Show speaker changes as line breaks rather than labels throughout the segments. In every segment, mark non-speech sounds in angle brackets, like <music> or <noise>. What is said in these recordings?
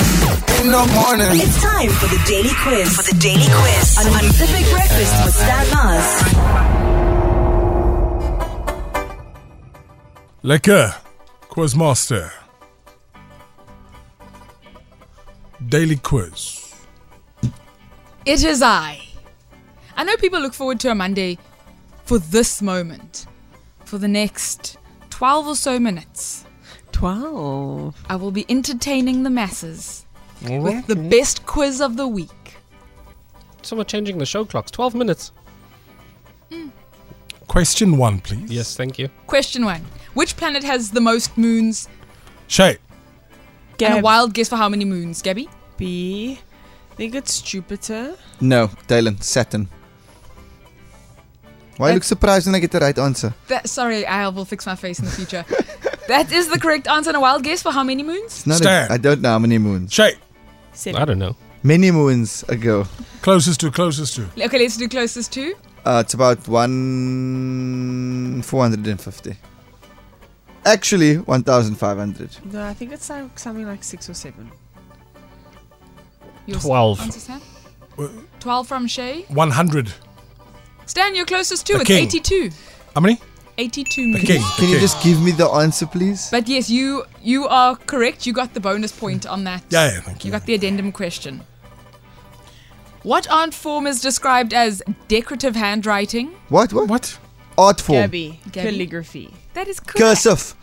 in the morning.
It's time for the daily quiz. For the daily quiz on Pacific Breakfast with Stan Mars.
Lekker. Quizmaster. Daily quiz.
It is I. I know people look forward to a Monday for this moment. For the next 12 or so minutes,
12.
I will be entertaining the masses
All
with the best quiz of the week.
So we're changing the show clocks. 12 minutes.
Question one, please.
Yes, thank you.
Question one Which planet has the most moons?
Shay.
And a
Gab
wild guess for how many moons, Gabby?
B. I think it's Jupiter.
No, Dylan, Saturn. Why you look surprised when I get the right answer?
That, sorry, I will fix my face in the future. that is the correct answer. And a wild guess for how many moons?
It's not
Stan.
A, I don't know how many moons.
Shay.
I
Seven.
don't know.
Many moons ago.
Closest to, closest to.
Okay, let's do closest to.
Uh, it's about one four hundred and fifty. Actually, one thousand five hundred.
No, I think it's like something like six or seven.
Your s-
12.
Answer, Stan?
Uh,
12 from Shay.
100.
Stan, you're closest to.
The
It's
king.
82.
How many?
82
The
moons.
king.
Can
the
you
king.
just give me the answer, please?
But yes, you you are correct. You got the bonus point on that.
Yeah, yeah, thank
You
you.
got the addendum question. What art form is described as decorative handwriting?
What? What?
What?
Art form.
Gabby.
Gabby.
Calligraphy.
That is correct.
Cursive.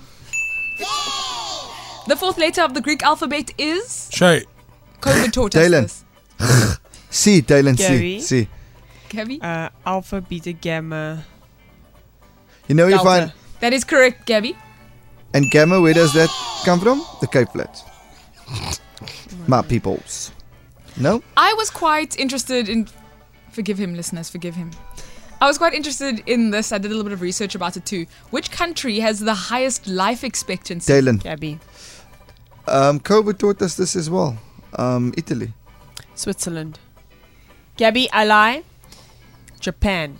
The fourth letter of the Greek alphabet is.
Shay.
COVID taught us
Dylan.
this.
C. Dylan C.
Gabby.
C.
Gabby?
Uh, alpha, beta, gamma.
You know you
Delta.
find
That is correct, Gabby.
and gamma. Where does that come from? The Cape Flats. My peoples. No.
I was quite interested in. Forgive him, listeners, forgive him. I was quite interested in this. I did a little bit of research about it too. Which country has the highest life expectancy?
Dylan.
Gabby.
Um, COVID taught us this as well. Um, Italy.
Switzerland. Gabby, I lie. Japan.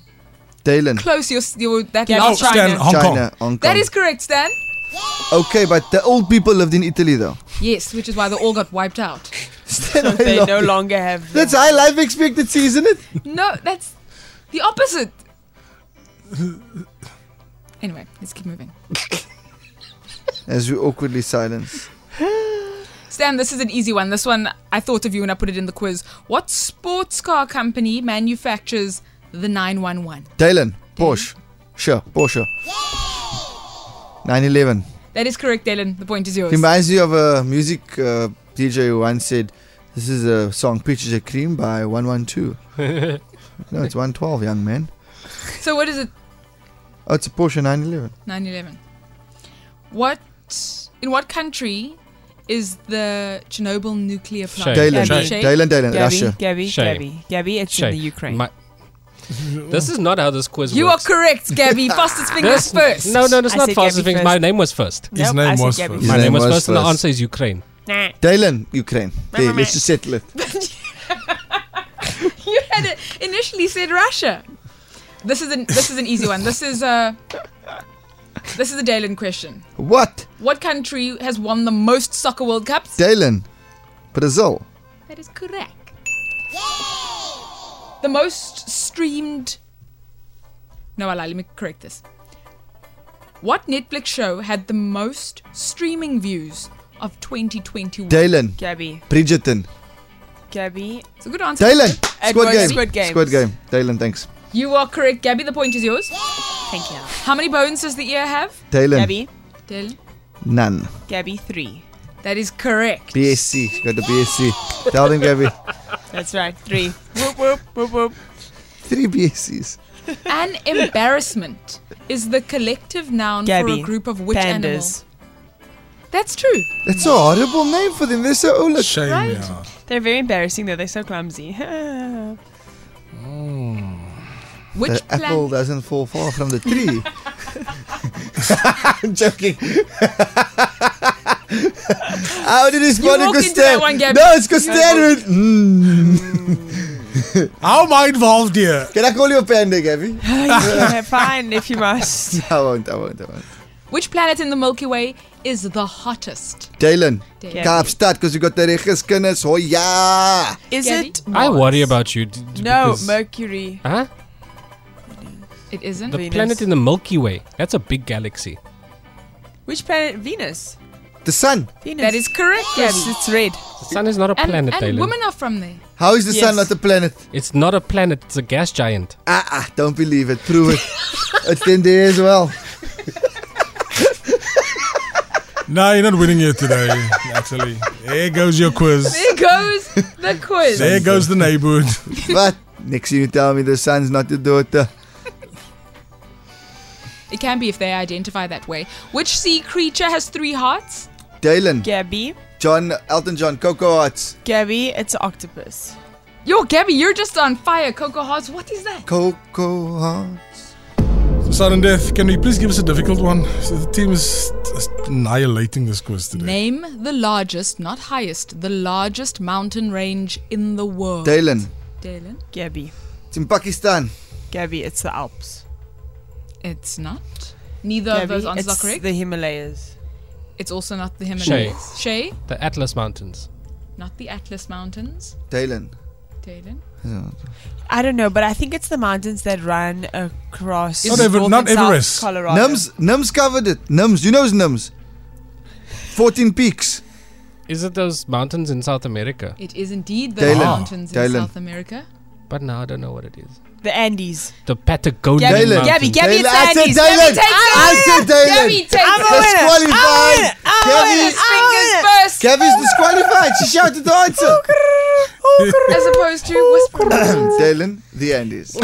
Dylan.
Close, your, your, that
Gabby,
Oh,
last
China.
Stan, Hong
China.
Kong.
Hong Kong.
That is correct, Stan.
okay, but the old people lived in Italy though.
Yes, which is why they all got wiped out.
Stan, I
They
love
no
it.
longer have.
That's high life expectancy, isn't it?
<laughs> No, that's the opposite. <laughs> Anyway, let's keep moving.
As we awkwardly silence.
Stan, this is an easy one. This one I thought of you when I put it in the quiz. What sports car company manufactures the 911?
Dylan. Porsche. Sure. Porsche. 911.
That is correct, Dylan. The point is yours.
Reminds me of a music uh, DJ who once said, "This is a song Preacher's a Cream by One One Two. No, it's One Twelve, young man.
So what is it?
Oh, it's a Porsche 911.
911. What in what country is the Chernobyl nuclear plant?
Shame.
Dylan,
Gabby.
Shame.
Dylan, Dylan,
Gabby,
Russia.
Gabby,
Shame.
Gabby, Gabby. It's
Shay.
in the Ukraine.
My- this is not how this quiz
You are
works.
correct, Gabby. Fastest fingers
This-
first.
No, no, that's
I
not
said
fastest
Gabby
fingers.
first.
My name was first.
Nope,
His name
I said
was
Gabby.
first.
My
name
name was
was
first, and the
first.
answer is Ukraine.
Nah.
Dylan, Ukraine. There, let's just settle it.
<laughs> You had it initially said Russia. This is an this is an easy one. This is a this is a Dalen question.
What?
What country has won the most soccer World Cups?
Dylan, Brazil.
that is correct. The most streamed. No, I lie. Let me correct this. What Netflix show had the most streaming views of 2021?
Dylan,
Gabby,
Bridgerton.
Gabby.
It's a good answer.
Dylan,
It
Squad
was
Game.
Squid Games.
Squad Game. Dylan, thanks.
You are correct, Gabby. The point is yours.
Thank you.
How many bones does the ear have?
Dylan,
Gabby,
Dylan.
none.
Gabby, three.
That is correct.
BSC. Got the BSC. Tell them,
<laughs>
Gabby.
That's right, three. whoop whoop whoop whoop.
Three BSCs.
An embarrassment is the collective noun
Gabby,
for a group of which
pandas.
animal? That's true.
That's a horrible name for them. They're so old.
Shame,
Right.
yeah.
They're very embarrassing though. They're so
<laughs>
clumsy. <laughs> Gabby,
Which
the apple
planet?
doesn't fall far from the
<laughs>
tree. I'm joking. How did he spot it,
walked into
Costan?
that one, Gabby.
No, it's Costan. with- Mm.
How am I involved here?
Can I call you a panda, Gabby?
fine if you must.
I won't. I won't. I won't.
Which planet in the Milky Way is the hottest?
Dalen,
Dalen.
Kaapstad, because you got the regeskinders. Oh, yeah.
Is
Gabby?
it?
I
Mars?
worry about you. d- d-
No,
because-
Mercury.
Huh?
It isn't.
The
Venus.
planet in the Milky Way. That's a big galaxy.
Which planet? Venus.
The sun.
Venus.
that is correct, Gabby.
Yes, it's red.
The sun is not a
And,
planet,
and
Dylan.
women are from there.
How is the sun
Yes.
not a planet?
It's not a planet. It's a gas giant.
Ah, ah, don't believe it. Prove it. it's in there as well.
No, you're not winning here today, Natalie. There goes your quiz.
There goes
<laughs>
the quiz.
There goes the neighborhood.
But next thing you tell me the sun's not the daughter.
It can be if they identify that way. Which sea creature has three hearts?
Dalen,
Gabby.
John, Elton John, Coco Arts.
Gabby, it's an octopus.
Yo, Gabby, you're just on fire. Coco Hearts, what is that?
Coco Heart.
Sudden death. Can you please give us a difficult one? So the team is just annihilating this quiz today.
Name the largest, not highest, the largest mountain range in the world.
Dalen,
Dalen?
Gabby.
it's in Pakistan.
Gabby, it's the Alps.
It's not. Neither of
Gabby,
those answers
it's
are correct.
the Himalayas.
it's also not the
Shay.
Himalayas. Shay.
The Atlas Mountains.
not the Atlas Mountains.
Dalen.
Dalen?
I don't know, but I think it's the mountains that run across
Not Ever-
north
not
and south
Everest.
Colorado.
Nums, Nums covered it. Nums, you know Nums. 14 peaks.
Is it those mountains in South America?
It is indeed the
Dalen.
mountains in
Dalen.
South America.
But now I don't know what it is.
The Andes.
The Patagonian
Gabby,
Mountains.
Gabby, Gabby, it's
Dalen,
the
I said
Andes.
Dalen.
Gabby, take
I said Dalen.
Gabby, take it!
I'm a winner. I'm a
Disqualified.
winner. I'm a winner.
Gabby's,
Fingers
I'm
first!
Gabby's disqualified. She shouted the <coughs> answer.
As opposed to whisper.
Dalen, the Andes.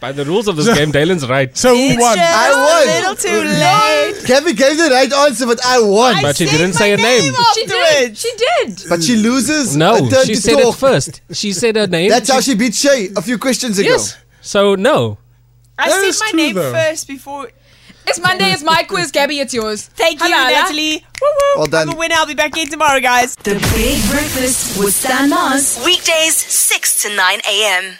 By the rules of this game, Dylan's right.
So who
It's
won?
just
I won.
a little too late.
Gabby gave the right answer, but I won.
But she
said
didn't
my
say a name.
name off-
She did!
Afterwards.
She did!
But she loses.
No,
a turn
she
to
said
talk.
it first. She said her name.
That's
She-
how she beat Shay a few questions ago.
Yes. So no.
I
That
said
is
my
true,
name
though.
first before.
It's Monday, it's my quiz, Gabby, it's yours.
Thank you,
Halala.
Natalie. Woo woo.
Well done.
I'm a winner. I'll be back in tomorrow, guys.
The Big Breakfast with Stan Mars. Weekdays, 6 to 9 a.m.